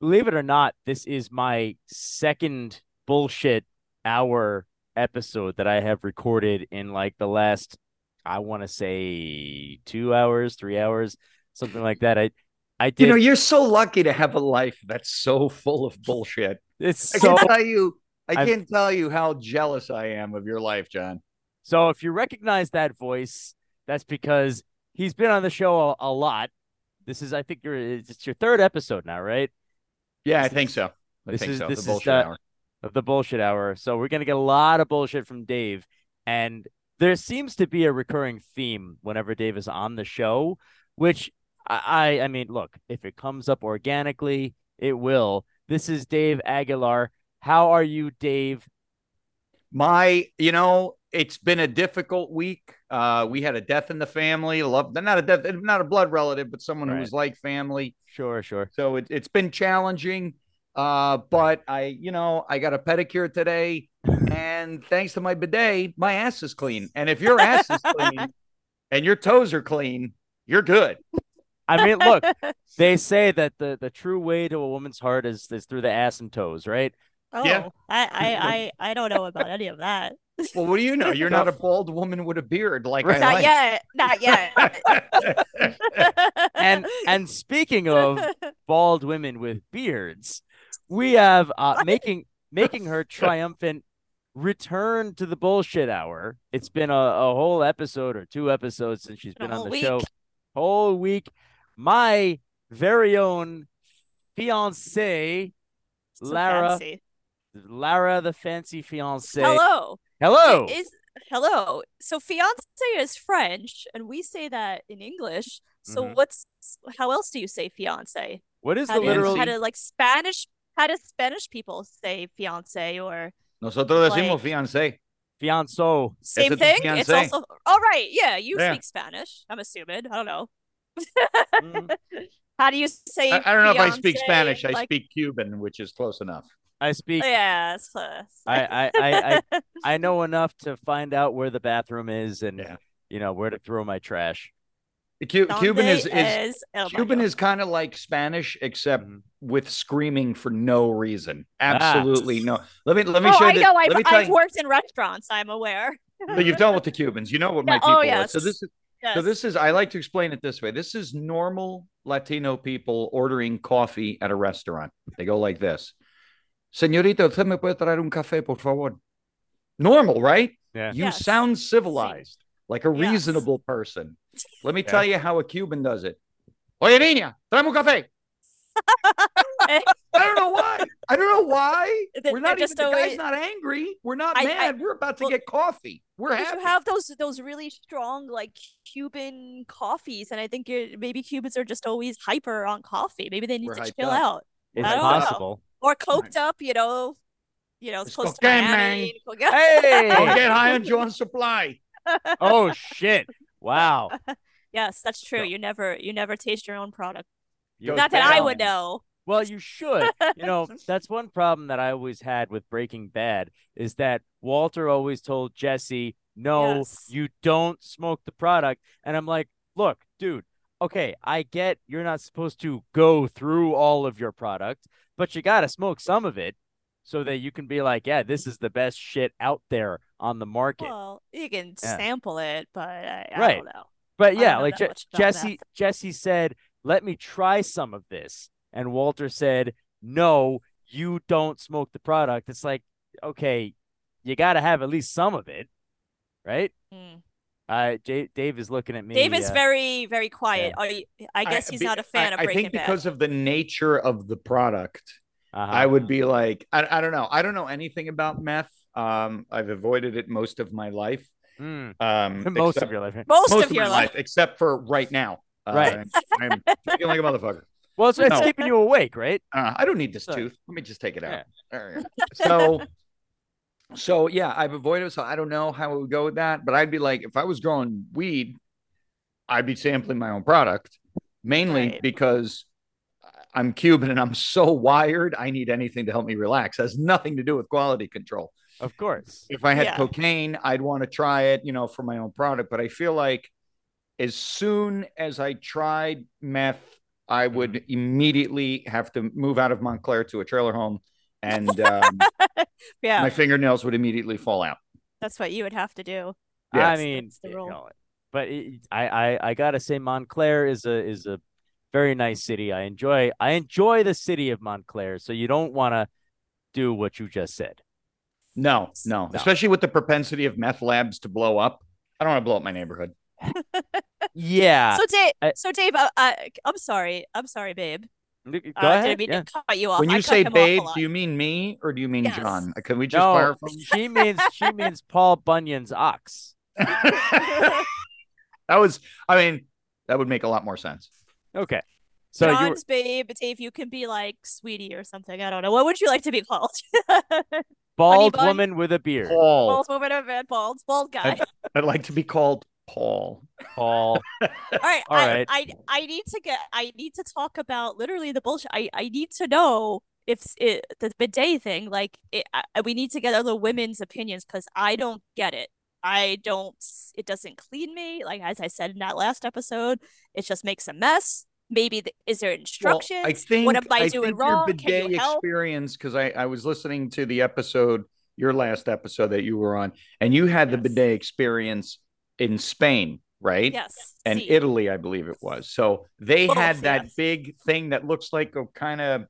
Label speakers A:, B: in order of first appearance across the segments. A: believe it or not, this is my second bullshit hour episode that I have recorded in like the last, I want to say two hours, three hours, something like that. I, I did.
B: You know, you're so lucky to have a life that's so full of bullshit.
A: it's
B: I
A: so.
B: can tell you, I
A: I've-
B: can't tell you how jealous I am of your life, John.
A: So if you recognize that voice, that's because he's been on the show a, a lot. This is, I think, your it's your third episode now, right?
B: Yeah, I think so. I
A: This
B: think
A: is-
B: so.
A: this
B: the
A: is
B: bullshit
A: that-
B: hour.
A: of the bullshit hour. So we're gonna get a lot of bullshit from Dave, and there seems to be a recurring theme whenever Dave is on the show, which I I, I mean, look, if it comes up organically, it will. This is Dave Aguilar. How are you, Dave?
B: My, you know, it's been a difficult week. Uh, we had a death in the family. Love, not a death, not a blood relative, but someone who
A: Right.
B: was like family.
A: Sure, sure.
B: So it, it's been challenging. Uh, but I, you know, I got a pedicure today, and thanks to my bidet, my ass is clean. And if your ass is clean and your toes are clean, you're good.
A: I mean, look, they say that the the true way to a woman's heart is is through the ass and toes, right?
C: Oh,
B: Yeah.
C: I, I, I, I don't know about any of that.
B: Well, what do you know? You're not a bald woman with a beard like
A: Right.
B: I
D: Not
B: like.
D: yet. Not yet.
A: And and speaking of bald women with beards. We have uh, making making her triumphant return to the bullshit hour. It's been a, a whole episode or two episodes since she's
C: Been a
A: been on
C: whole
A: the
C: week.
A: show. Whole week. My very own fiance,
C: So
A: Lara,
C: fancy.
A: Lara the fancy fiance.
C: Hello.
A: Hello.
C: It Is hello. So fiance is French, and we say that in English. So
B: Mm-hmm.
A: Mhm.
C: what's how else do you say fiance?
A: What is
C: How
A: the
C: do,
A: literal?
C: how do like Spanish? How do Spanish people say fiance or
B: Nosotros decimos
C: Like-
B: fiance.
A: Fianso.
C: same
B: it
C: thing? It's
B: fiancé?
C: also all right. Yeah, you
B: Yeah.
C: speak Spanish. I'm assuming. I don't know.
A: Mm,
C: How do you say?
B: I, I don't know if I speak
C: fiancé?
B: Spanish. I
C: Like-
B: speak Cuban, which is close enough.
A: I speak.
C: Yeah. it's uh, close.
A: I, I, I, I, I know enough to find out where the bathroom is and
B: Yeah.
A: you know where to throw my trash.
B: Cu- Cuban
C: Donde
B: is, is
C: oh my
B: Cuban
C: God.
B: is kind of like Spanish, except
A: Mhm.
B: with screaming for no reason. Absolutely no. Let me let me
C: oh,
B: show
C: I
B: you.
C: know.
B: Let
C: I've,
B: me tell
C: I've
B: you.
C: worked in restaurants. I'm aware.
B: But you've dealt with the Cubans. You know what my
C: Yeah,
B: people
C: oh,
B: are. So
C: yes.
B: this is
C: Yes.
B: so this is I like to explain it this way. This is normal Latino people ordering coffee at a restaurant. They go like this. Señorita, usted me puede traer un café, por favor. Normal, right?
A: Yeah.
B: You
C: Yes.
B: sound civilized, like a
C: Yes.
B: reasonable person. Let me
A: Yeah.
B: tell you how a Cuban does it. Oye, niña, tráeme un café. I don't know why. I don't know why.
C: They-
B: We're not
C: they're
B: even,
C: just
B: the
C: always-
B: guy's not angry. We're not
C: I- I-
B: mad. We're about to
C: well,
B: get coffee. We're
C: Because
B: happy.
C: you have those those really strong like Cuban coffees, and I think you're, maybe Cubans are just always hyper on coffee. Maybe they need
B: We're
C: to
B: hyped
C: chill
B: up.
C: out
A: It's
C: I don't know.
A: possible.
C: or coked up, you know, you know, it's
B: It's
C: close to
B: cocaine,
C: Miami.
B: Don't
A: Hey!
B: get high on John's supply.
A: oh shit! Wow.
C: yes, that's true.
B: No.
C: You never you never taste your own product.
A: You-
C: Not that I
B: down.
C: would know.
A: Well, you should. You know, that's one problem that I always had with Breaking Bad is that Walter always told Jesse, "No,
C: Yes.
A: you don't smoke the product." And I'm like, "Look, dude. Okay, I get you're not supposed to go through all of your product, but you got to smoke some of it so that you can be like, yeah, this is the best shit out there on the market."
C: Well, you can
A: Yeah.
C: sample it, but I, I
A: Right.
C: don't know.
A: But
C: I
A: yeah,
C: know
A: like
C: that
A: Je-
C: much about that.
A: Jesse Jesse said, "Let me try some of this." And Walter said, "No, you don't smoke the product." It's like, okay, you got to have at least some of it, right?
C: Mm.
A: Uh J- Dave is looking at me.
C: Dave is
A: uh,
C: very very quiet. Are you, I guess he's
B: be-
C: not a fan
B: I-
C: of Breaking
B: I think
C: Bad.
B: because of the nature of the product,
A: uh-huh.
B: I would be like, I, I don't know. I don't know anything about meth. Um, I've avoided it most of my life.
A: Mm.
B: Um,
A: most
B: except-
A: of your life. right?
C: most,
B: most
C: of your
B: my
C: life.
B: except for right now. Uh,
A: Right.
B: I'm, I'm feeling like a motherfucker.
A: Well, it's, it's
B: No.
A: keeping you awake, right?
B: Uh, I don't need this
A: Sorry.
B: tooth. Let me just take it out. All right. So, so yeah, I've avoided. it, So I don't know how it would go with that, but I'd be like, if I was growing weed, I'd be sampling my own product mainly
C: Right.
B: because I'm Cuban and I'm so wired. I need anything to help me relax. It has nothing to do with quality control.
A: Of course.
B: If I had
C: Yeah.
B: cocaine, I'd want to try it, you know, for my own product. But I feel like as soon as I tried meth, I
C: Mm-hmm.
B: would immediately have to move out of Montclair to a trailer home, and um,
C: Yeah,
B: my fingernails would immediately fall out.
C: that's what you would have to do.
A: I
B: Yes.
A: mean,
C: That's the
A: you
C: rule.
A: know, but it, I, I, I gotta say, Montclair is a is a very nice city. I enjoy I enjoy the city of Montclair. So you don't want to do what you just said.
B: No, no, especially with the propensity of meth labs to blow up. I don't want to blow up my neighborhood. Uh,
A: Yeah.
C: so Dave,
A: I-
C: so Dave, I, I, I'm sorry, I'm sorry, babe.
A: N- Go
C: uh,
A: ahead.
C: didn't mean
A: yeah.
C: to cut you off.
B: when you
C: I cut
B: say
C: him off a
B: babe,
C: lot.
B: do you mean me or do you mean
C: Yes.
B: John? Can we just
A: No,
B: clarify?
A: she means she means Paul Bunyan's ox.
B: that was, I mean, that would make a lot more sense.
A: Okay. So you were,
C: John's babe, Dave, you can be like sweetie or something. I don't know. What would you like to be called?
A: bald
C: bun?
A: woman with a beard.
B: Paul.
C: bald woman or man, bald, bald guy.
B: I'd like to be called Paul.
A: Paul.
C: All right,
A: All
C: I,
A: right.
C: I I need to get. I need to talk about literally the bullshit. I I need to know if s- it, the bidet thing. Like it, I, we need to get other women's opinions because I don't get it. I don't. s- It doesn't clean me. Like as I said in that last episode, it just makes a mess. Maybe the, is there
B: Well,
C: instructions?
B: I think
C: what am I,
B: think
C: doing
B: your
C: wrong? Can
B: bidet
C: you help?
B: experience because I, I was listening to the episode, your last episode that you were on, and you had the
C: Yes.
B: bidet experience in Spain, right?
C: Yes.
B: and
C: see.
B: Italy, I believe it was. So they
C: Both,
B: had that
C: yes.
B: big thing that looks like a kind of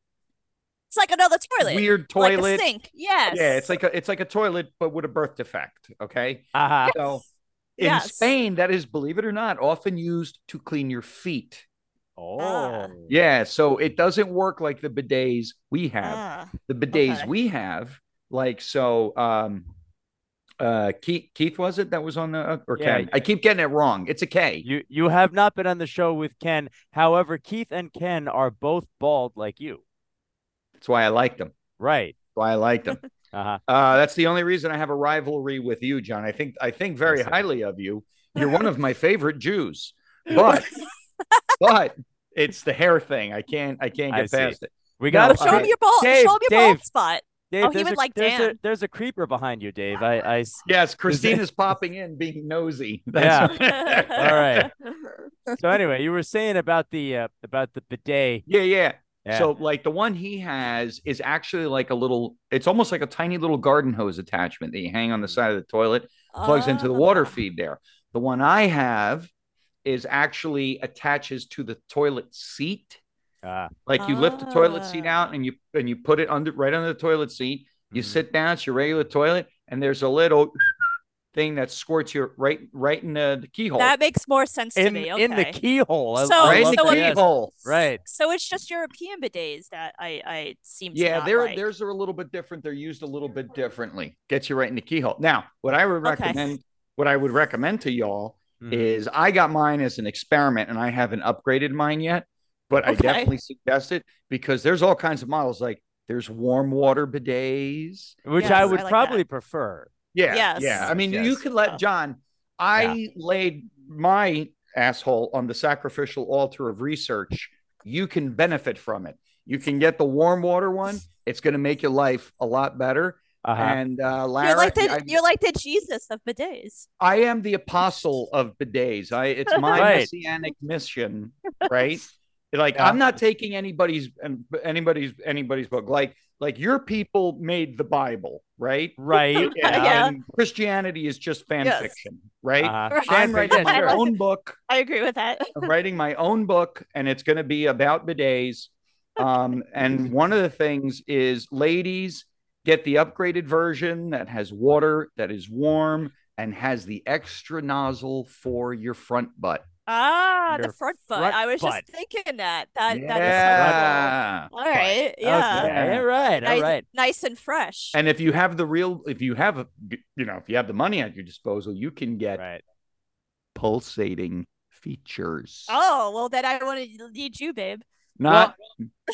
C: it's like another toilet.
B: weird
C: Like
B: toilet.
C: a sink. Yes.
B: Yeah, it's like a it's like a toilet, but with a birth defect. Okay.
A: Uh-huh.
C: Yes.
B: So in
C: Yes.
B: Spain, that is, believe it or not, often used to clean your feet.
A: Oh.
B: Yeah. So it doesn't work like the bidets we have.
C: Ah,
B: the bidets
C: okay.
B: we have, like so um uh Keith Keith was it that was on the uh, or
A: Yeah,
B: Ken? I keep getting it wrong. It's a K.
A: You you have not been on the show with Ken. However, Keith and Ken are both bald like you.
B: That's why I liked them.
A: Right.
B: Why I liked them.
A: Uh-huh.
B: Uh, that's the only reason I have a rivalry with you, John. I think I think very
A: Listen.
B: highly of you. You're one of my favorite Jews, but but it's the hair thing. I can't I can't
A: I
B: get
A: see.
B: past it.
A: We
B: No,
A: gotta
B: all
C: show
B: right.
C: him your bald.
A: Dave,
C: show him your
A: Dave.
C: bald spot.
A: Dave,
C: Oh, he
A: there's
C: would
A: a,
C: like
A: there's
C: Dan.
A: A, there's a creeper behind you, Dave. I, I s-
B: Yes, Christina's popping in, being nosy.
A: All right. so anyway, you were saying about the uh, about the bidet.
B: yeah, yeah,
A: Yeah.
B: So like the one he has is actually like a little. It's almost like a tiny little garden hose attachment that you hang on the side of the toilet. plugs into the water
C: Ah.
B: feed there. The one I have is actually attaches to the toilet seat.
A: Ah,
B: Like you lift the toilet seat out
C: Ah.
B: and you and you put it under right under the toilet seat. You
A: mhm.
B: sit down, it's your regular toilet, and there's a little thing that squirts you right right in the, the keyhole.
C: That makes more sense to
A: in
C: me.
A: in the
C: okay.
A: keyhole. I- I
C: So-
B: right in
A: love
B: the
C: so
A: that.
C: it-
A: Yes.
B: keyhole.
A: Right.
C: So it's just European bidets that I I seem to
B: Yeah,
C: not
B: they're
C: like.
B: theirs are a little bit different. They're used a little bit differently. Gets you right in the keyhole. Now, what I would
C: Okay.
B: recommend, what I would recommend to y'all
A: Mhm.
B: is I got mine as an experiment and I haven't upgraded mine yet, but I
C: Okay.
B: definitely suggest it because there's all kinds of models like there's warm water bidets.
A: Which
C: Yes,
A: I
C: I
A: would
C: like that.
A: probably prefer.
B: Yeah.
C: Yes.
B: Yeah. I mean, you
C: Yes.
B: could let
C: Oh.
B: John, I laid my asshole on the sacrificial altar of research. You can benefit from it. You can get the warm water one. It's going to make your life a lot better.
A: Uh-huh.
B: And uh, Larry,
C: You're like the
B: I,
C: you're like the Jesus of bidets.
B: I am the apostle of bidets. I it's my
A: Right.
B: messianic mission, right? Like
A: Yeah.
B: I'm not taking anybody's and anybody's anybody's book. Like like your people made the Bible, right?
A: Right.
C: Yeah.
B: And Christianity is just fan
C: Yes.
B: fiction, right?
A: Uh-huh.
C: Right.
B: I'm
A: Fanfic,
B: writing
A: yeah,
B: my
A: sure.
B: own book.
C: I agree with that.
B: I'm writing my own book, and it's going to be about bidets. Um, and one of the things is, ladies, get the upgraded version that has water, that is warm, and has the extra nozzle for your front butt.
C: Ah,
A: Your
C: the front butt.
A: front
C: I was
A: butt.
C: just thinking that. Uh, That that is
B: yeah.
C: so cool. All right. Yeah.
A: Okay. All right. All
C: Nice,
A: right.
C: nice and fresh.
B: And if you have the real, if you have, a, you know, if you have the money at your disposal, you can get
A: Right.
B: pulsating features.
C: oh well, then I want to need you, babe.
B: Not,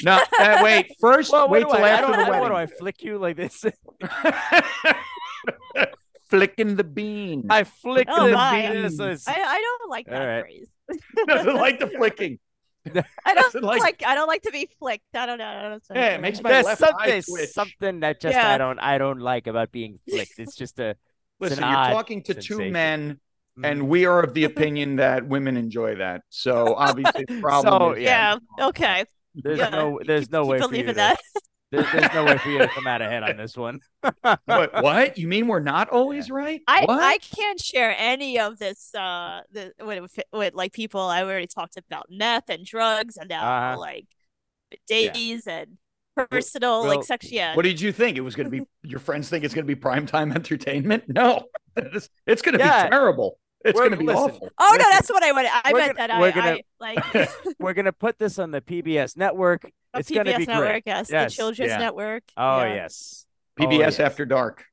B: no, uh, wait. First,
A: Well,
B: wait
A: what do
B: till
A: I, I
B: after
A: don't,
B: the
A: I don't-
B: wedding.
A: what do I flick you like this?
B: Flicking the bean.
A: I flick
C: Oh,
A: the
C: my.
A: bean. This is-
C: I, I don't like
A: All
C: that
A: right.
C: phrase.
B: doesn't like the flicking.
C: I don't
B: Doesn't
C: like,
B: like-
C: I don't like to be flicked. I don't know. I don't know.
B: Yeah, it makes my
A: There's
B: left eye
A: something,
B: twitch.
A: something that just I
C: Yeah.
A: don't, I don't like about being flicked. It's just a
B: Listen,
A: an
B: you're
A: odd
B: talking to two
A: sensation. Mm-hmm.
B: men and we are of the opinion that women enjoy that. So obviously, the problem.
A: So,
B: is-
A: Yeah.
C: Yeah. Okay.
A: There's
C: Yeah,
A: no there's
C: keep-
A: no
C: keep
A: way for you
C: believing
A: to,
C: that.
A: there- there's no way for you to come out ahead on this one.
B: What, what? You mean we're not always right?
C: I,
B: What?
C: I can't share any of this uh the with, with like people I already talked about meth and drugs and now
A: Uh-huh.
C: like days and personal
A: well,
C: like sex yeah
B: What did you think it was going to be? Your friends think it's going to be primetime entertainment? No, it's, it's going to
A: Yeah.
B: be terrible. It's
A: We're-
B: going to be
A: listen.
B: awful.
C: oh no
A: Listen,
C: that's what I wanted I
A: we're
C: meant
A: gonna-
C: that I,
A: we're gonna-
C: I like
A: We're gonna put this on the PBS network.
C: a
A: it's gonna
C: PBS
A: be
C: network
A: great.
C: yes,
A: Yes,
C: the Children's
B: yeah.
C: Network
A: Oh
C: yeah.
A: yes. Oh,
B: PBS
A: yes.
B: After Dark.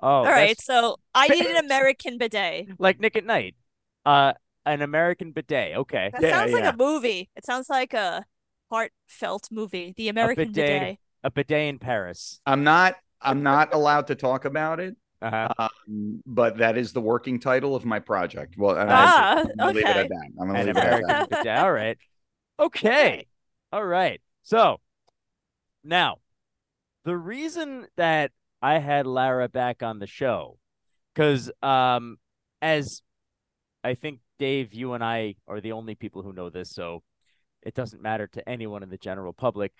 A: Oh,
C: all
A: that's
C: right so I need an American bidet
A: like Nick at Night. Uh, an American bidet. Okay.
C: that
B: Yeah,
C: sounds
B: yeah.
C: like a movie it sounds like a heartfelt movie the American
A: bidet.
C: bidet
A: A bidet in Paris.
B: I'm not. I'm not allowed to talk about it,
A: Uh-huh.
B: um, but that is the working title of my project. Well, and I,
C: ah
B: I'm gonna leave it
C: okay
B: at that. I'm gonna
A: An
B: leave it at that.
A: American bidet. All right. Okay. All right. So now the reason that I had Lara back on the show, because um as I think Dave, you and I are the only people who know this, so it doesn't matter to anyone in the general public.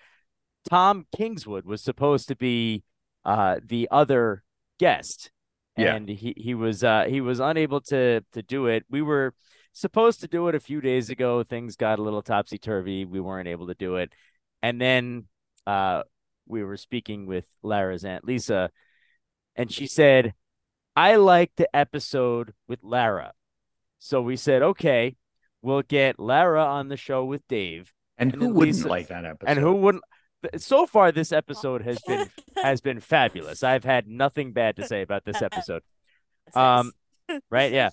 A: Tom Kingswood was supposed to be uh, the other guest,
B: Yeah.
A: and he he was uh, he was unable to to do it. We were supposed to do it a few days ago. Things got a little topsy turvy. We weren't able to do it, and then uh, we were speaking with Lara's aunt Lisa, and she said, "I like the episode with Lara." So we said, "Okay, we'll get Lara on the show with Dave."
B: And
A: And
B: who
A: at
B: wouldn't
A: least-
B: like that episode?
A: And who wouldn't? th- So far, this episode has been has been fabulous. I've had nothing bad to say about this episode, Um, right? Yeah.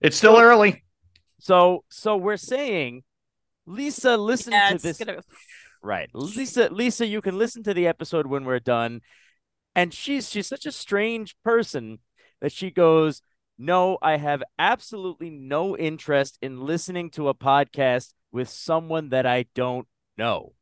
B: It's still early.
A: So so we're saying, Lisa, listen
C: yeah,
A: to
C: it's
A: this.
C: gonna-
A: Right, Lisa. Lisa, you can listen to the episode when we're done. And she's she's such a strange person that she goes, "No, I have absolutely no interest in listening to a podcast with someone that I don't know."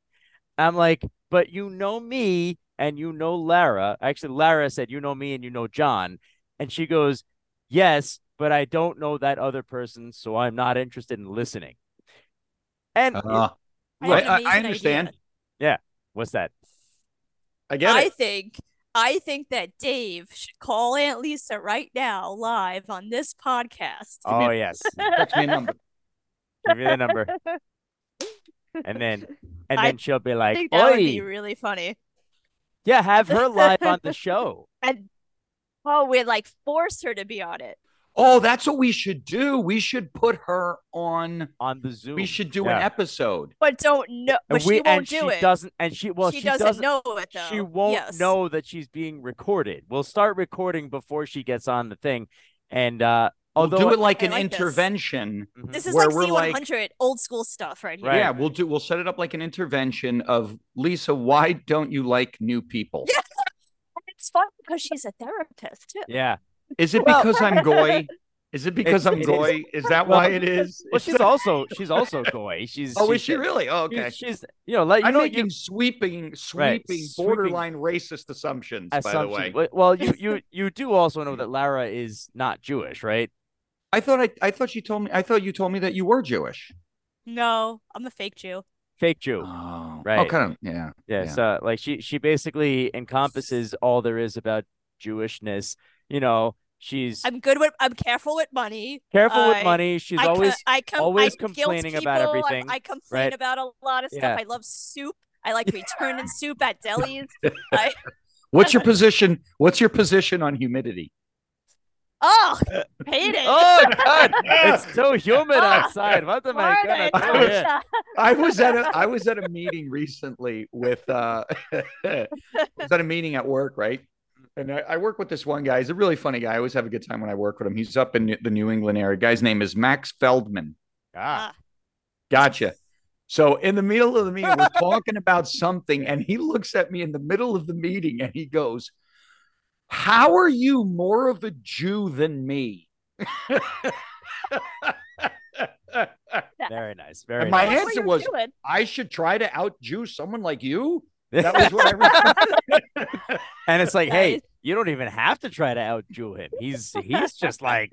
A: I'm like, "But you know me and you know Lara." Actually, Lara said, "You know me and you know John." And she goes, "Yes, but I don't know that other person, so I'm not interested in listening." And
B: Uh,
C: I have an
B: I- I
C: amazing idea.
B: understand.
A: what's that?
B: I get
C: I
B: it.
C: think I think that Dave should call Aunt Lisa right now live on this podcast.
B: me
A: Oh
B: a-
A: yes,
B: Text me a number.
A: give me the number, and then and
C: I
A: then she'll be
C: I
A: like,
C: think that would be
A: "Oi,
C: really funny.
A: yeah, have her live on the show."
C: And oh, we'd like force her to be on it.
B: Oh, that's what we should do. We should put her on.
A: On the Zoom,
B: We should do an
A: Yeah.
B: episode.
C: But don't know but
A: and we
C: she
A: and
C: won't do
A: she
C: it.
A: doesn't, and she well,
C: she, doesn't, know it though.
A: she won't
C: yes.
A: know that she's being recorded. We'll start recording before she gets on the thing, and uh,
B: We'll
A: although
B: do it like
C: I
B: an
C: like this.
B: intervention.
A: Mhm.
C: This is
B: where
C: like
B: we're
C: C one
B: like-
C: hundred old school stuff right here.
A: Right.
B: Yeah, we'll do. We'll set it up like an intervention of Lisa. Why don't you like new people?
C: Yeah. And it's fun because she's a therapist too.
A: yeah,
B: Is it
A: Well-
B: because I'm goy? Is it because
A: It's-
B: I'm
A: it is.
B: goy? Is that
A: Well-
B: why it is?
A: well,
B: It's
A: she's
B: not-
A: also she's also goy. She's
B: oh,
A: she's,
B: is she really? Oh, okay.
A: She's, she's you know like you
B: I'm
A: know
B: making
A: you,
B: sweeping, sweeping,
A: Right, sweeping-
B: borderline racist assumptions. By the
A: assumption.
B: way,
A: Well- Well, you you you do also know that Lara is not Jewish, right?
B: I thought I, I thought you told me. I thought you told me that you were Jewish.
C: No, I'm a fake Jew.
A: Fake Jew.
B: Oh,
A: Right.
B: Oh, kind of. Yeah.
A: Yeah,
B: Yeah.
A: so like she she basically encompasses all there is about Jewishness. You know, she's
C: I'm good with I'm careful with money.
A: careful with
C: I-
A: money. She's
C: uh, I co-
A: always
C: I com-
A: always
C: I guilt
A: complaining about
C: people, I'm-
A: everything,
C: I, complain
A: right?
C: about a lot of stuff.
A: Yeah.
C: I love soup. I like returning soup at delis. I,
B: What's your position? What's your position on humidity?
C: oh, hate it.
A: oh god,
B: It's
A: it's so
C: Oh,
A: humid outside. What the my Oh,
C: Florida,
A: god? I told
C: Georgia.
B: I was at a I was at a meeting recently with uh I was at a meeting at work, right? And I, I work with this one guy. He's a really funny guy. I always have a good time when I work with him. He's up in New- the New England area. Guy's name is Max Feldman.
A: ya. Ah,
B: Gotcha. So in the middle of the meeting, we're talking about something, and he looks at me in the middle of the meeting and he goes, How are you more of a Jew than me?
A: Ah, very nice, very
B: And my
A: nice.
C: That's what
B: answer
C: you're
B: was-
C: doing.
B: I should try to out Jew someone like you. That was what I responded.
A: and it's like,
C: That
A: hey,
C: is-
A: you don't even have to try to out Jew him. He's he's just like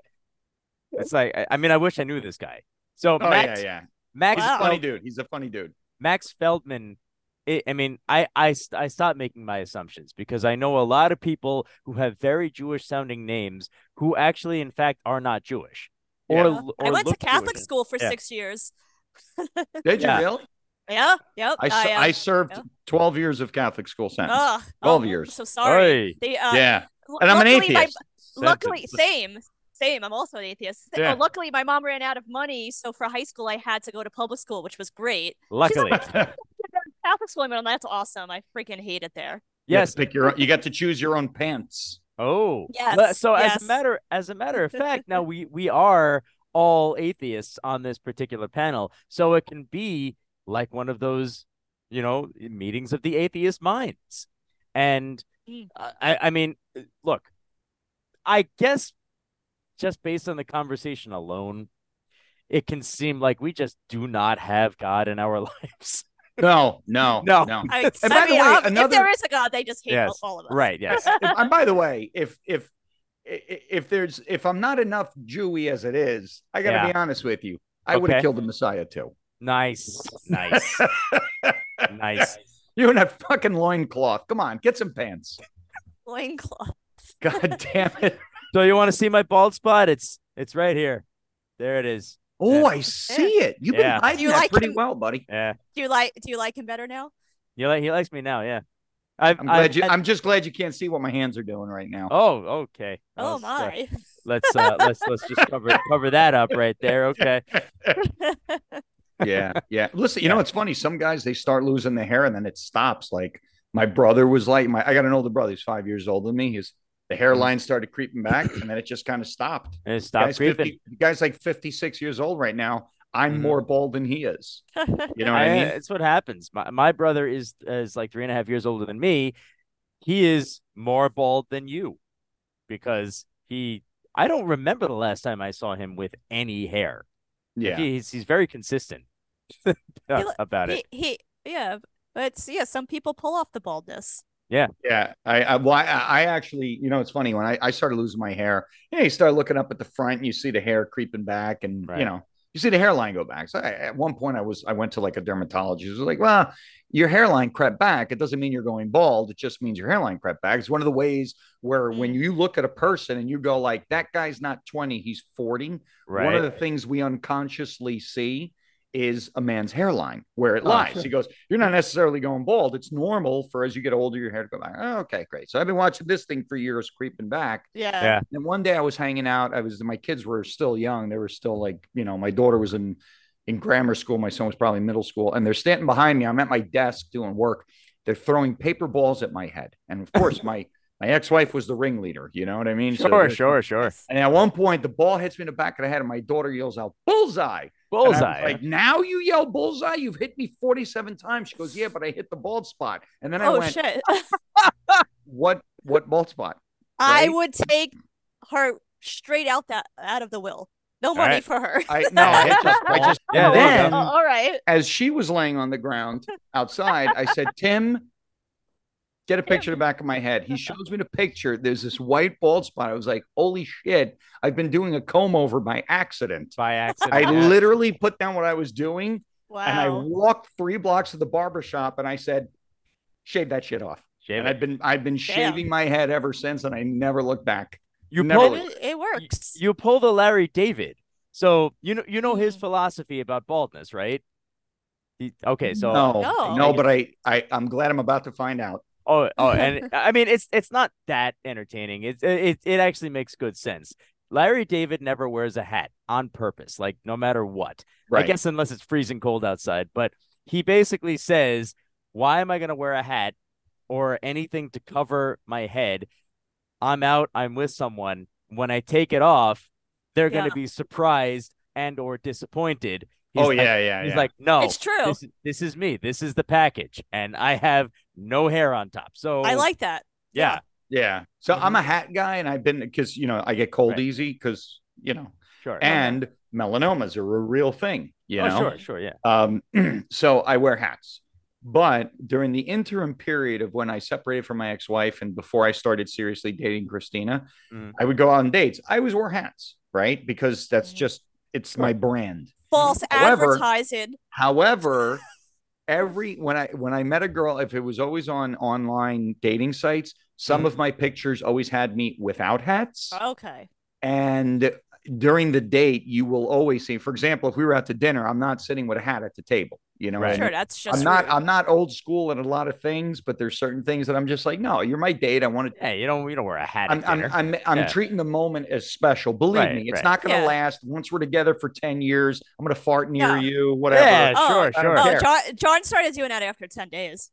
A: It's like I, I mean, I wish I knew this guy. So
B: Oh
A: Max,
B: yeah, yeah.
A: Max,
B: He's
C: Wow.
B: a funny dude. He's a funny dude.
A: Max Feldman. It, I mean, I I st- I stopped making my assumptions because I know a lot of people who have very Jewish sounding names who actually, in fact, are not Jewish. Or,
B: Yeah.
A: l-
C: I
A: or
C: went to
A: look
C: Catholic
A: Jewish.
C: school for
A: Yeah.
C: six years.
B: Did you
A: Yeah.
B: really?
C: Yeah, yep.
B: I, s-
C: uh,
B: I served
C: yeah.
B: 12 years of Catholic school sentence.
C: ugh,
B: 12
C: oh,
B: years.
C: So sorry.
A: Hey.
C: They, uh,
B: yeah.
C: lu-
B: And I'm an
C: luckily my-
B: atheist.
C: luckily,
A: Sentence.
C: same, same. I'm also an atheist. Uh,
B: Yeah.
C: luckily, my mom ran out of money, so for high school, I had to go to public school, which was great.
A: Luckily,
C: Catholic school, I went on. That's awesome. I freaking hate it there.
B: You got
A: yes.
B: to pick your own- you got to choose your own pants.
A: Oh,
C: Yes,
A: Le- So as
C: yes.
A: a matter as a matter of fact, now we we are all atheists on this particular panel, so it can be like one of those, you know, meetings of the atheist minds, and
C: Mm.
A: uh, I I mean, uh, look, I guess just based on the conversation alone, it can seem like we just do not have God in our lives.
B: No, no,
A: No.
B: no.
C: I,
B: And
C: I
B: by the
C: mean,
B: way,
C: um, if
B: another-
C: there is a God, they just hate
A: Yes,
C: all of us.
A: Right? Yes.
B: If- and by the way, if if i- if there's if I'm not enough Jewy as it is, I got to
A: Yeah.
B: be honest with you. I would have
A: Okay.
B: killed the Messiah too.
A: Nice. Nice. nice.
B: You and that fucking loincloth. Come on, get some pants.
C: Loincloth.
B: God damn it.
A: So you want to see my bald spot? It's it's right here. There it is.
B: Oh, I see it. You've
A: Yeah.
B: been hiding
C: You
B: that
C: like
B: pretty
C: him?
B: well, buddy.
A: Yeah.
C: Do you like? Do you like him better now?
A: You like he likes me now, yeah. I've,
B: I'm glad
A: I've
B: you.
A: had-
B: I'm just glad you can't see what my hands are doing right now.
A: Oh, okay.
C: Oh
A: Let's, uh,
C: my.
A: let's uh let's let's just cover cover that up right there. Okay. Oh.
B: yeah, yeah. Listen, you know it's funny. Some guys they start losing the hair and then it stops. Like my brother was like my. I got an older brother. He's five years older than me. His
A: Mm-hmm.
B: the hairline started creeping back and then it just kind of stopped.
A: And stop
B: guy's
A: creeping.
B: 50 guy's like fifty six years old right now. I'm
A: Mhm.
B: more bald than he is. You know what I,
A: I- uh,
B: mean?
A: It's what happens. My my brother is is like three and a half years older than me. He is more bald than you because he I don't remember the last time I saw him with any hair.
B: yeah.
A: He's he's very consistent
C: lo-
A: about it.
C: he, he, yeah, but it's- yeah, some people pull off the baldness.
B: Yeah, I, I well, I, I actually, you know, it's funny when I, I started losing my hair. You know, you start looking up at the front, and you see the hair creeping back, and
A: Right.
B: you know, you see the hairline go back. So I, at one point, I was, I went to like a dermatologist. Was like, well, your hairline crept back. It doesn't mean you're going bald. It just means your hairline crept back. It's one of the ways where when you look at a person and you go like, that guy's not twenty, he's forty.
A: Right.
B: One of the things we unconsciously see is a man's hairline where it
A: Oh,
B: lies.
A: sure.
B: He goes, You're not necessarily going bald. It's normal for as you get older, your hair to go back. Oh, okay, great. So I've been watching this thing for years creeping back.
C: Yeah.
A: Yeah.
B: And one day I was hanging out. I was, my kids were still young. They were still like, you know, my daughter was in, in grammar school. My son was probably middle school. And they're standing behind me. I'm at my desk doing work. They're throwing paper balls at my head. And of course, my, my ex-wife was the ringleader. You know what I mean? So
A: Sure,
B: this-
A: sure, sure.
B: and at one point, the ball hits me in the back of the head, and my daughter yells out, "Bullseye!" And I was
A: Bullseye.
B: like now you yell bullseye. You've hit me forty-seven times. She goes, "Yeah, but I hit the bald spot." And then I
C: Oh
B: went,
C: shit.
B: "What? What bald spot?"
C: I
B: right?
C: would take her straight out that out of the will. No money
A: right.
C: for her.
B: I no, I hit the I just
A: Yeah,
B: and
A: there you
B: then
A: go.
C: Oh, all right.
B: as she was laying on the ground outside, I said, "Tim." Get a picture of the back of my head. He shows me the picture. There's this white bald spot. I was like, holy shit, I've been doing a comb over by accident.
A: by accident.
B: I
A: yeah.
B: literally put down what I was doing and I
C: Wow.
B: walked three blocks to the barber shop and I said, "Shave that shit off."
A: Shave
B: And
A: it.
B: I've been I've been shaving my head ever since, and I never looked back.
A: you
B: never
A: pull
B: would.
C: it, it works.
A: you pull the Larry David. So you know you know his
C: Mhm.
A: philosophy about baldness, right? He, okay, so
B: no,
C: No.
B: no, but I, I I'm glad I'm about to find out.
A: oh oh, and I mean it's it's not that entertaining. It it it actually makes good sense. Larry David never wears a hat on purpose, like no matter what. I guess unless it's freezing cold outside. But he basically says, Why am I going to wear a hat or anything to cover my head? I'm out, I'm with someone. When I take it off, they're going
C: Yeah.
A: to be surprised and or disappointed. He's
B: Oh
A: like-
B: yeah, yeah.
A: He's
B: yeah.
A: like, no,
C: it's true.
A: this, this is me. This is the package. And I have no hair on top. So
C: I like that.
A: yeah,
B: yeah. So I'm
A: Mhm.
B: a hat guy, and I've been because you know I get cold
A: Right.
B: easy because you know,
A: sure.
B: and melanomas are a real thing. You
A: oh,
B: know,
A: sure, sure. Yeah.
B: Um, so I wear hats. But during the interim period of when I separated from my ex-wife and before I started seriously dating Christina,
A: Mhm.
B: I would go on dates. I always wore hats. right? Because that's just it's my brand.
C: False
B: However-
C: advertising.
B: However, every when I when I met a girl, if it was always on online dating sites, some of my pictures always had me without hats.
C: Okay.
B: And during the date, you will always see, for example, if we were out to dinner, I'm not sitting with a hat at the table. You know, what I
A: Right.
B: mean?
C: Sure, that's just
B: I'm not
C: rude.
B: I'm not old school in a lot of things, but there's certain things that I'm just like, no, you're my date. I want to
A: Hey, you don't you don't wear a hat.
B: I'm,
A: at
B: I'm,
A: dinner.
B: I'm, I'm
A: Yeah.
B: treating the moment as special. Believe
A: Right,
B: me, it's
A: right.
B: not going to
C: Yeah.
B: last. Once we're together for 10 years, I'm going to fart near
C: No.
B: you, whatever.
A: Yeah,
C: Oh,
A: sure,
B: I
A: sure.
B: don't care.
C: Oh, John, John started doing that after 10 days.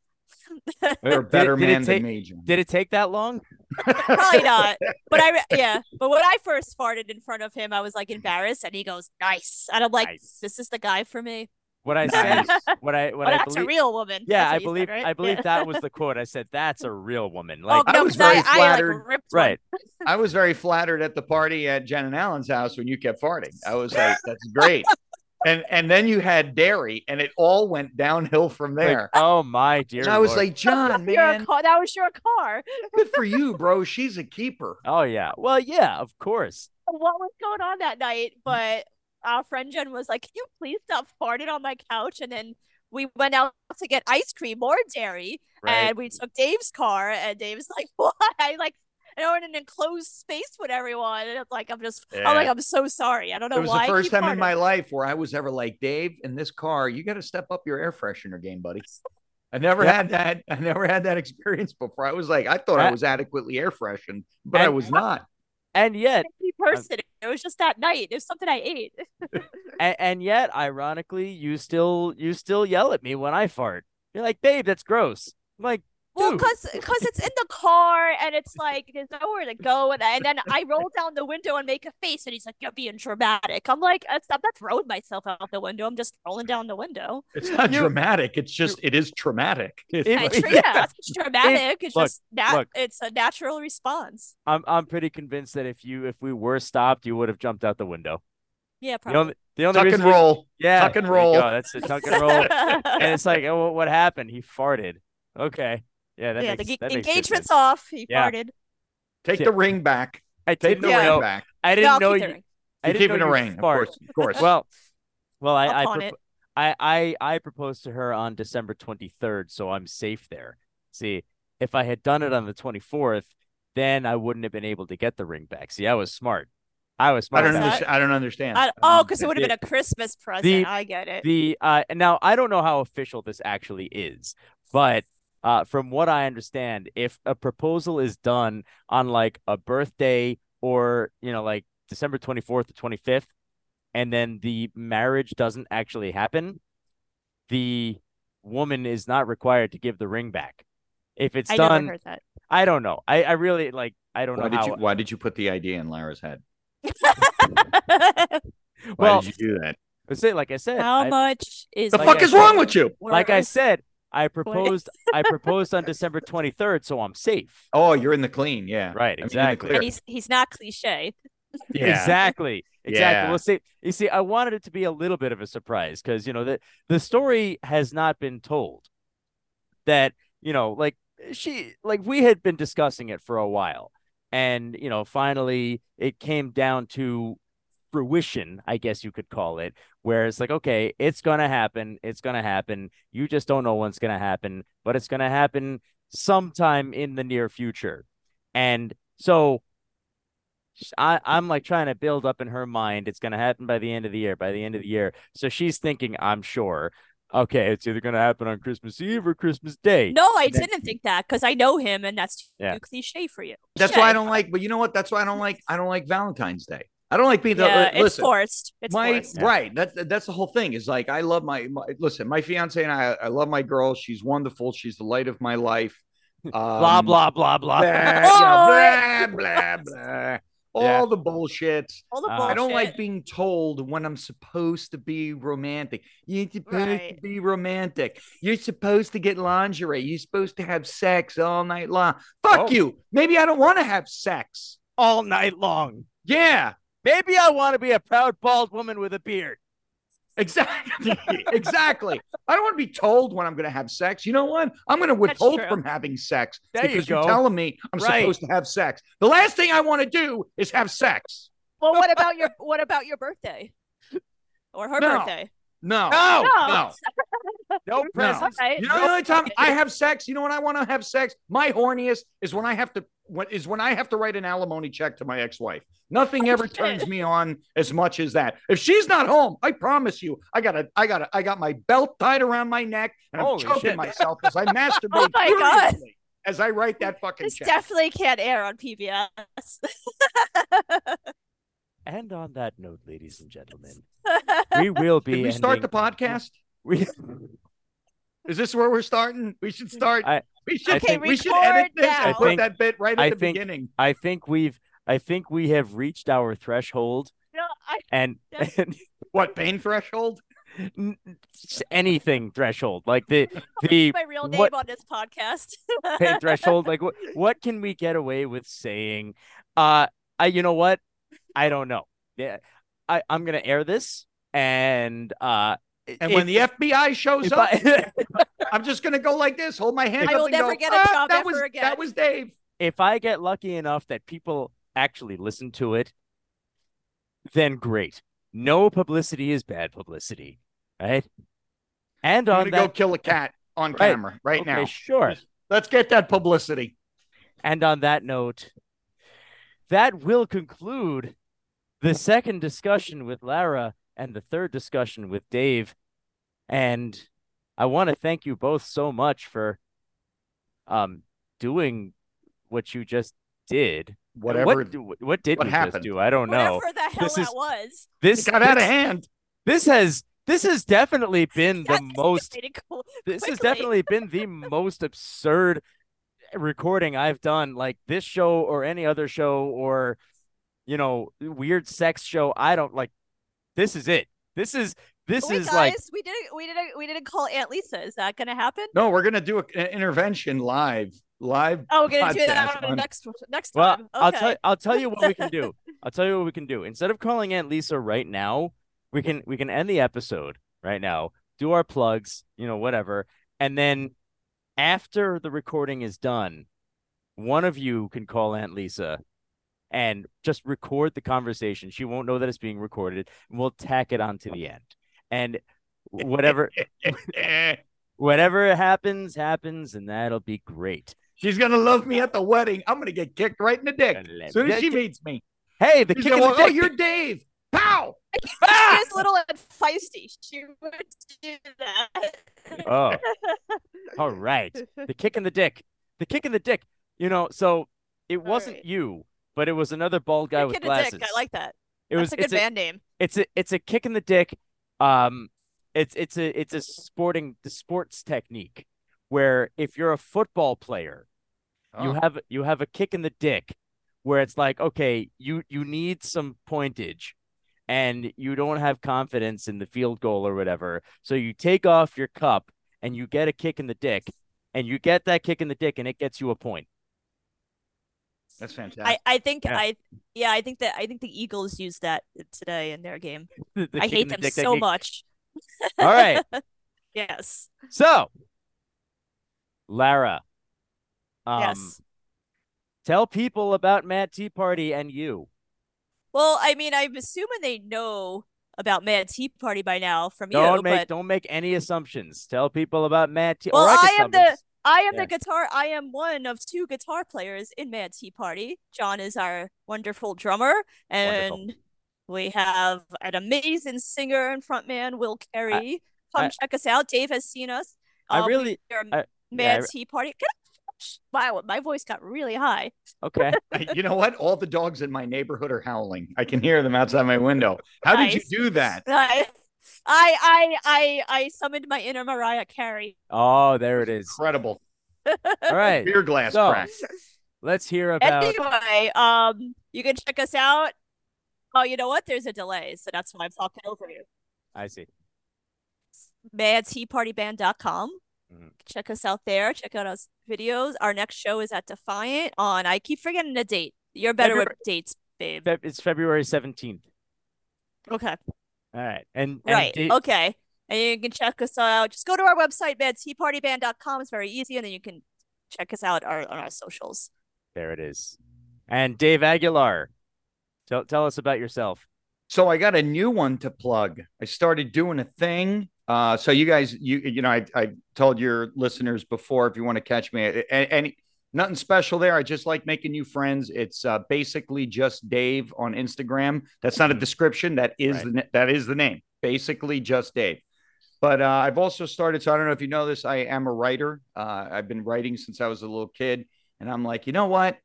B: You're a
A: Did-
B: better
A: did it
B: man
A: take-
B: than me, Jim.
A: Did it take that long?
C: Probably not. But I, re- yeah. But when I first farted in front of him, I was like embarrassed, and he goes, "Nice," and I'm like,
A: Mm-hmm. Nice.
C: "This is the guy for me."
A: What I said,
B: Nice.
A: what I what
C: Well,
A: I
C: Oh, that's a
A: believe.
C: real woman.
A: Yeah,
C: That's what
A: I
C: you said,
A: believe
C: right?
A: I believe
C: Yeah.
A: that was the quote. I said that's a real woman.
C: Oh
A: Like
B: I
C: no,
B: was
C: 'cause I,
B: very
C: I,
B: flattered.
C: like ripped one.
A: right.
B: I was very flattered at the party at Jen and Alan's house when you kept farting. I was like, that's great. And and then you had dairy, and it all went downhill from
A: Like,
B: there.
A: oh my dear.
B: and I was
A: Lord.
B: like, John,
C: Your
B: man,
C: car- that was your car.
B: good for you, bro. She's a keeper.
A: Oh yeah. Well, yeah, of course.
C: What was going on that night? But our friend Jen was like, "Can you please stop farting on my couch?" And then we went out to get ice cream, more dairy,
A: Right.
C: and we took Dave's car. And Dave's like, "What?" I like. And we're in an enclosed space with everyone, and I'm like, I'm just, I'm like,
A: Yeah.
C: Oh I'm so sorry. I don't know
B: It was
C: why.
B: the
C: I
B: first
C: keep
B: time in
C: farting."
B: my life where I was ever like, Dave, in this car, you got to step up your air freshener game, buddy. I never
A: Yeah.
B: had that. I never had that experience before. I was like, I thought I
A: That-
B: was adequately air freshened, but I
A: And-
B: was not.
A: And yet,
C: Picky person. It was just that night. It was something I ate.
A: and, and yet, ironically, you still you still yell at me when I fart. You're like, babe, that's gross. I'm like,
C: Well,
A: Dude.
C: cause, cause it's in the car and it's like there's nowhere to go, and, and then I roll down the window and make a face, and he's like, "You're being dramatic." I'm like, "I'm not throwing myself out the window. I'm just rolling down the window."
B: It's not
A: You-
B: dramatic. It's just it is traumatic. It's
A: If-
C: And
B: like-
C: it's,
A: yeah.
C: yeah, that's just dramatic. It's
A: look,
C: just that
A: look.
C: it's a natural response.
A: I'm I'm pretty convinced that if you if we were stopped, you would have jumped out the window.
C: Yeah,
A: The only,
C: probably.
A: the only
B: tuck
A: reason
B: and
A: we-
B: roll.
A: yeah,
B: tuck and
A: there you
B: roll.
A: go, That's the tuck and roll. and it's like, oh, what happened? He farted. Okay, yeah, that
C: yeah,
A: makes,
C: the
A: that makes good
C: ge-
A: sense.
C: engagement's off. He
A: Yeah.
C: farted.
B: Take
A: Yeah.
B: the ring back.
A: I
B: Take
A: didn't
B: the
C: Yeah.
A: know.
B: ring back.
A: I
C: No, I'll
A: didn't know
C: keep
A: you.
C: the ring.
A: I
B: You're
A: didn't
B: keeping
A: know
B: a
A: you
B: ring, of
A: fart.
B: course, of course.
A: Well, well, I I,
C: Upon
A: propo-
C: it.
A: I I I proposed to her on December 23rd, so I'm safe there. See, if I had done it on the 24th, then I wouldn't have been able to get the ring back. See, I was smart. I was
B: I
A: smart.
B: don't
A: about
C: What's
B: understand. I don't understand. Um,
C: I-
B: I don't
C: oh, because it
B: understand.
C: would have been a Christmas present. I get it.
A: the uh and now I don't know how official this actually is, but uh from what I understand, if a proposal is done on like a birthday or you know like December 24th to 25th and then the marriage doesn't actually happen, the woman is not required to give the ring back. If it's
C: I never
A: done,
C: heard that.
A: I don't know. I I really like I don't
B: Why
A: know
B: did
A: how.
B: you Why did you put the idea in Lara's head? Why
A: well,
B: did you do that?
A: let's say like I said,
C: How
A: I-
C: much is
B: The
A: like
B: fuck
A: I
B: is
A: said-
B: wrong with you?
A: like I
C: worth?
A: said, I
C: Wait.
A: proposed I proposed on December 23rd, so I'm safe.
B: Oh, you're in the clean.
A: Right,
B: Yeah. I mean, you're in the
A: exactly.
B: clear.
C: and he's he's not cliche.
B: Yeah.
A: Exactly. Exactly.
B: Yeah.
A: Well, see, you see, I wanted it to be a little bit of a surprise because you know that the story has not been told. That you know, like she, like we had been discussing it for a while, and you know, finally it came down to fruition, I guess you could call it, where it's like, okay, it's gonna happen, it's gonna happen. You just don't know when it's gonna happen, but it's gonna happen sometime in the near future, and so. sh- I, I'm like trying to build up in her mind. It's going to happen by the end of the year, by the end of the year. So she's thinking, I'm sure, okay, it's either going to happen on Christmas Eve or Christmas Day.
C: No, I
A: then-
C: didn't think that because I know him, and that's
A: Yeah.
C: too cliche for you.
B: That's why I
C: Shit.
B: don't like. But you know what? That's why I don't like. I don't like Valentine's Day. I don't like being.
C: Yeah,
B: the, uh,
C: it's
B: listen,
C: forced. It's
B: my
C: forced.
A: Yeah.
B: right. That's that's the whole thing. Is like I love my, my listen. My fiance and I. I love my girl. She's wonderful. She's the light of my life. Um,
A: Blah, blah, blah,
B: Blah,
A: blah.
B: yeah,
C: Oh,
B: blah, blah, blah. All
A: Yeah.
B: the bullshit.
C: All the
A: Uh,
C: bullshit.
B: I don't like being told when I'm supposed to be romantic. You're supposed to
C: Right.
B: be romantic. You're supposed to get lingerie. You're supposed to have sex all night long. Fuck
A: Oh.
B: you. Maybe I don't want to have sex.
A: All night long.
B: Yeah,
A: Maybe I want to be a proud, bald woman with a beard.
B: exactly. exactly. I don't want to be told when I'm going to have sex. You know what? I'm going to withhold
C: true.
B: from having sex
A: There you
B: because
A: go.
B: are telling me I'm
A: Right.
B: supposed to have sex. The last thing I want to do is have sex.
C: Well, what about your what about your birthday? Or her
B: No.
C: birthday?
B: No.
A: No!
B: No.
A: Oh, No presents.
C: Alright.
B: You know the only time I have sex, you know when I want to have sex, my horniest is when I have to what is when I have to write an alimony check to my ex-wife. Nothing ever
C: shit.
B: turns me on as much as that. If she's not home, I promise you, I got a I got a I got my belt tied around my neck and I'm
A: Holy
B: choking
A: shit.
B: myself as I masturbate
C: Oh my God.
B: furiously as I write that fucking
C: This
B: check.
C: definitely can't air on PBS.
A: And on that note, ladies and gentlemen, we will be.
B: Did we start the
A: ending-
B: podcast?
A: We,
B: Is this where we're starting? We should start.
A: I-
B: we should
A: I
C: think-
B: we should
C: record
B: edit this
C: now.
B: and
A: I
B: put
A: think-
B: that bit right at
A: I
B: the
A: think-
B: beginning.
A: I think we've. I think we have reached our threshold,
C: no, I
A: and,
C: That's-
A: and
B: What pain threshold?
A: n- anything threshold, like the the
C: put my real name
A: what-
C: on this podcast.
A: pain threshold. Like what what can we get away with saying? Uh, I you know what? I don't know. Yeah, I I'm gonna air this, and uh,
B: And when the FBI shows up,
A: I,
B: I'm just gonna go like this, hold my hand.
C: I
B: up
C: will
B: and go,
C: never get a
B: "Ah,
C: job
B: that
C: ever
B: was,
C: again."
B: That was Dave.
A: if I get lucky enough that people actually listen to it, then great. No publicity is bad publicity, right? And
B: I'm
A: on
B: gonna go
A: that,
B: kill a cat on
A: Right.
B: camera right
A: okay,
B: now.
A: sure.
B: Let's get that publicity.
A: And on that note, that will conclude the second discussion with Lara and the third discussion with Dave. And I want to thank you both so much for um doing what you just did.
B: Whatever
A: What, do- what did
B: what
A: we
B: happened.
A: just do? I don't know.
C: Whatever the hell
A: This
C: that
A: is-
C: was.
A: This
B: it got out of
A: this-
B: hand.
A: This has this has definitely been the
C: That
A: most.
C: escalated qu-
A: This has definitely
C: quickly.
A: been the most absurd recording I've done. Like this show or any other show or you know weird sex show. I don't like. This is it. This is this
C: Wait,
A: is
C: guys,
A: like
C: we didn't we didn't we didn't call Aunt Lisa. Is that gonna happen?
B: No, we're gonna do a, an intervention live. Live.
C: Oh, we're gonna do
B: Podcast
C: that on the
B: on-
C: next next
A: Well,
C: time.
A: I'll
C: Okay.
A: tell I'll tell you what we can do. I'll tell you what we can do. Instead of calling Aunt Lisa right now, we can we can end the episode right now, do our plugs, you know, whatever, and then after the recording is done, one of you can call Aunt Lisa and just record the conversation. She won't know that it's being recorded, and we'll tack it on to the end. And whatever
B: Eh,
A: whatever happens, happens, and that'll be great.
B: she's gonna love me at the wedding. I'm gonna get kicked right in the dick
A: Gonna
B: as soon as
A: let-
B: she meets me.
A: Hey, the
B: She's
A: kick
B: gonna
A: in
B: go,
A: the
B: oh,
A: dick.
B: you're Dave. Pow!
A: ah!
C: She is little and feisty. She would do that.
A: Oh, all right. the kick in the dick, the kick in the dick. You know, so it wasn't
C: right.
A: you, but it was another bald guy
C: Your
A: with
C: kid a
A: glasses.
C: dick. I like that.
A: it
C: That's
A: was
C: a good
A: it's
C: band name.
A: it's a it's a kick in the dick. Um, it's it's a it's a sporting the sports technique where if you're a football player, you
B: Oh.
A: have you have a kick in the dick where it's like okay you you need some pointage and you don't have confidence in the field goal or whatever so you take off your cup and you get a kick in the dick and you get that kick in the dick and it gets you a point
B: That's
C: I,
B: fantastic.
C: I think
A: Yeah.
C: I yeah I think that I think the Eagles used that today in their game.
A: The- the
C: I
A: kick in
C: hate
A: the
C: them
A: dick that
C: so
A: you-
C: much.
A: all right
C: Yes.
A: so lara um
C: yes.
A: tell people about matt tea party and you
C: Well, I mean, I'm assuming they know about Mad Tea Party by now from
A: don't
C: you,
A: make
C: but
A: don't make any assumptions tell people about matt tea
C: Well,
A: or can
C: I am
A: tell them.
C: the- I am the guitar. I am one of two guitar players in Mad Tea Party. John is our wonderful drummer, and
A: Wonderful.
C: we have an amazing singer and frontman, Will Carey. Come
A: I-
C: check us out. Dave has seen us.
A: i
C: Uh, we
A: really
C: are
A: I-
C: Mad
A: re-
C: Tea Party. Can I- Wow, my voice got really high.
A: okay
B: you know what? All the dogs in my neighborhood are howling. I can hear them outside my window. How did
C: Nice.
B: you do that?
C: I, I, I, I summoned my inner Mariah Carey.
A: Oh, there it is.
B: Incredible.
A: All right.
B: Beer glass
A: So-
B: crack.
A: Let's hear about
C: Anyway, um, you can check us out. Oh, you know what? There's a delay, so that's why I'm talking over you.
A: I see.
C: madteapartyband.com.
B: Mm-hmm.
A: Mhm.
C: Check us out there. Check out our videos. Our next show is at Defiant on. I keep forgetting the date. You're better
A: February-
C: with dates, babe.
A: Feb- It's February 17th.
C: Okay.
A: All right. And, and
C: Right.
A: Da-
C: okay. And you can check us out. Just go to our website, madteapartyband.com. It's very easy. And then you can check us out our, on our socials.
A: there it is. And Dave Aguilar. Tell tell us about yourself.
B: So I got a new one to plug. I started doing a thing. Uh, so you guys, you you know, I I told your listeners before if you want to catch me, a- a- any nothing special there. I just like making new friends. It's uh, basically just Dave on Instagram. That's not a description. That is
A: Right.
B: the na- that is the name. Basically just Dave. But uh, I've also started. So I don't know if you know this. I am a writer. Uh, I've been writing since I was a little kid, and I'm like, you know what?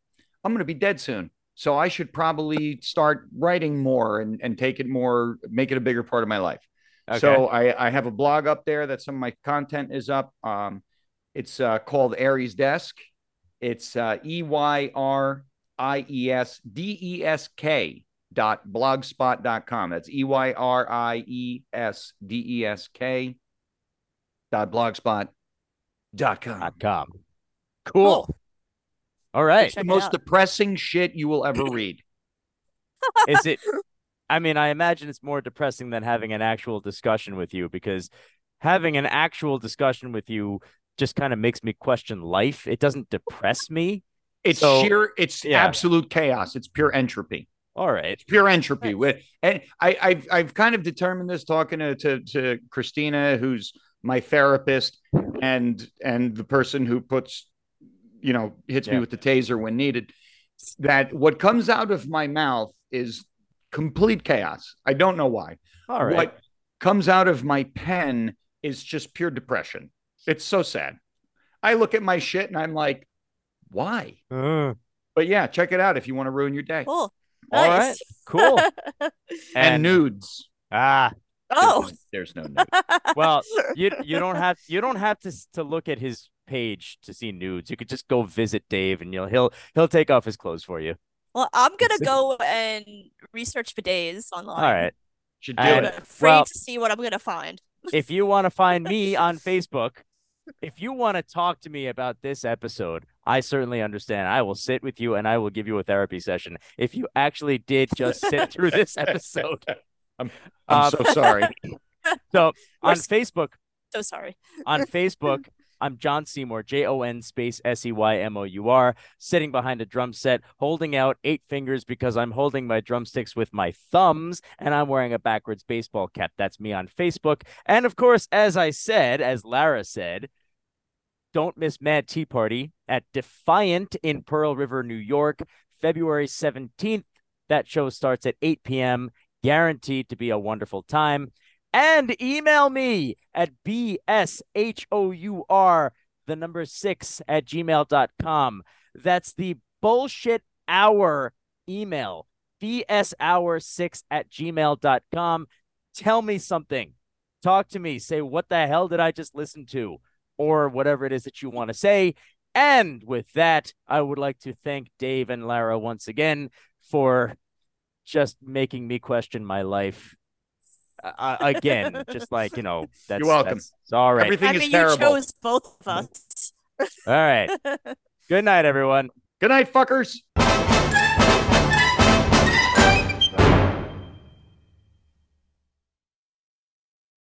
B: I'm going to be dead soon. So I should probably start writing more and, and take it more, make it a bigger part of my life.
A: Okay.
B: So I, I have a blog up there that some of my content is up. Um, it's uh, called Aries Desk. It's uh, E Y R I E S D E S K dot blogspot.com. That's E Y R I E S D E S K dot blogspot dot com.
A: Dot com.
B: um, Cool.
A: All right.
C: Check
B: The
C: it
B: most
C: out.
B: depressing shit you will ever read.
A: Is it? I mean, I imagine it's more depressing than having an actual discussion with you because having an actual discussion with you just kind of makes me question life. It doesn't depress me.
B: It's
A: So-
B: sheer, it's
A: yeah.
B: absolute chaos. It's pure entropy.
A: All right.
B: pure entropy.
C: Right.
B: With and I, I've I've kind of determined this talking to, to to Christina, who's my therapist, and and the person who puts, you know, hits
A: Yeah.
B: me with the taser when needed. That what comes out of my mouth is complete chaos. I don't know why.
A: All right.
B: What comes out of my pen is just pure depression. It's so sad. I look at my shit and I'm like, why?
A: Uh,
B: But yeah, check it out if you want to ruin your day.
C: Cool.
A: All
C: Nice.
A: cool.
B: And, nudes.
A: Ah,
C: Oh.
B: there's no nudes.
A: well, you you don't have you don't have to s- to look at his page to see nudes. You could just go visit Dave, and you'll he'll he'll take off his clothes for you.
C: Well, I'm gonna go and research bidets online.
A: All right.
B: Should do
A: And-
B: it.
C: I'm afraid
A: Well-
C: to see what I'm gonna find.
A: if you want to find me on Facebook, if you want to talk to me about this episode, I certainly understand. I will sit with you and I will give you a therapy session. If you actually did just sit through this episode
B: I'm
A: Um,
B: so sorry.
C: We're
A: on
C: s-
A: Facebook,
C: So sorry.
A: on Facebook, I'm John Seymour, J O N space S E Y M O U R, sitting behind a drum set, holding out eight fingers because I'm holding my drumsticks with my thumbs, and I'm wearing a backwards baseball cap. That's me on Facebook. And of course, as I said, as Lara said, don't miss Mad Tea Party at Defiant in Pearl River, New York, February 17th. That show starts at 8 p.m., guaranteed to be a wonderful time and email me at bshour the number six at gmail.com that's the bullshit hour email bshour6 at gmail.com tell me something talk to me say what the hell did i just listen to or whatever it is that you want to say and with that i would like to thank dave and lara once again for just making me question my life uh, again just like you know that's
B: welcome.
A: that's- it's all right
B: Everything
C: I
B: is
C: mean, you
B: terrible.
C: chose both of us.
A: all right good night everyone
B: Good night, fuckers.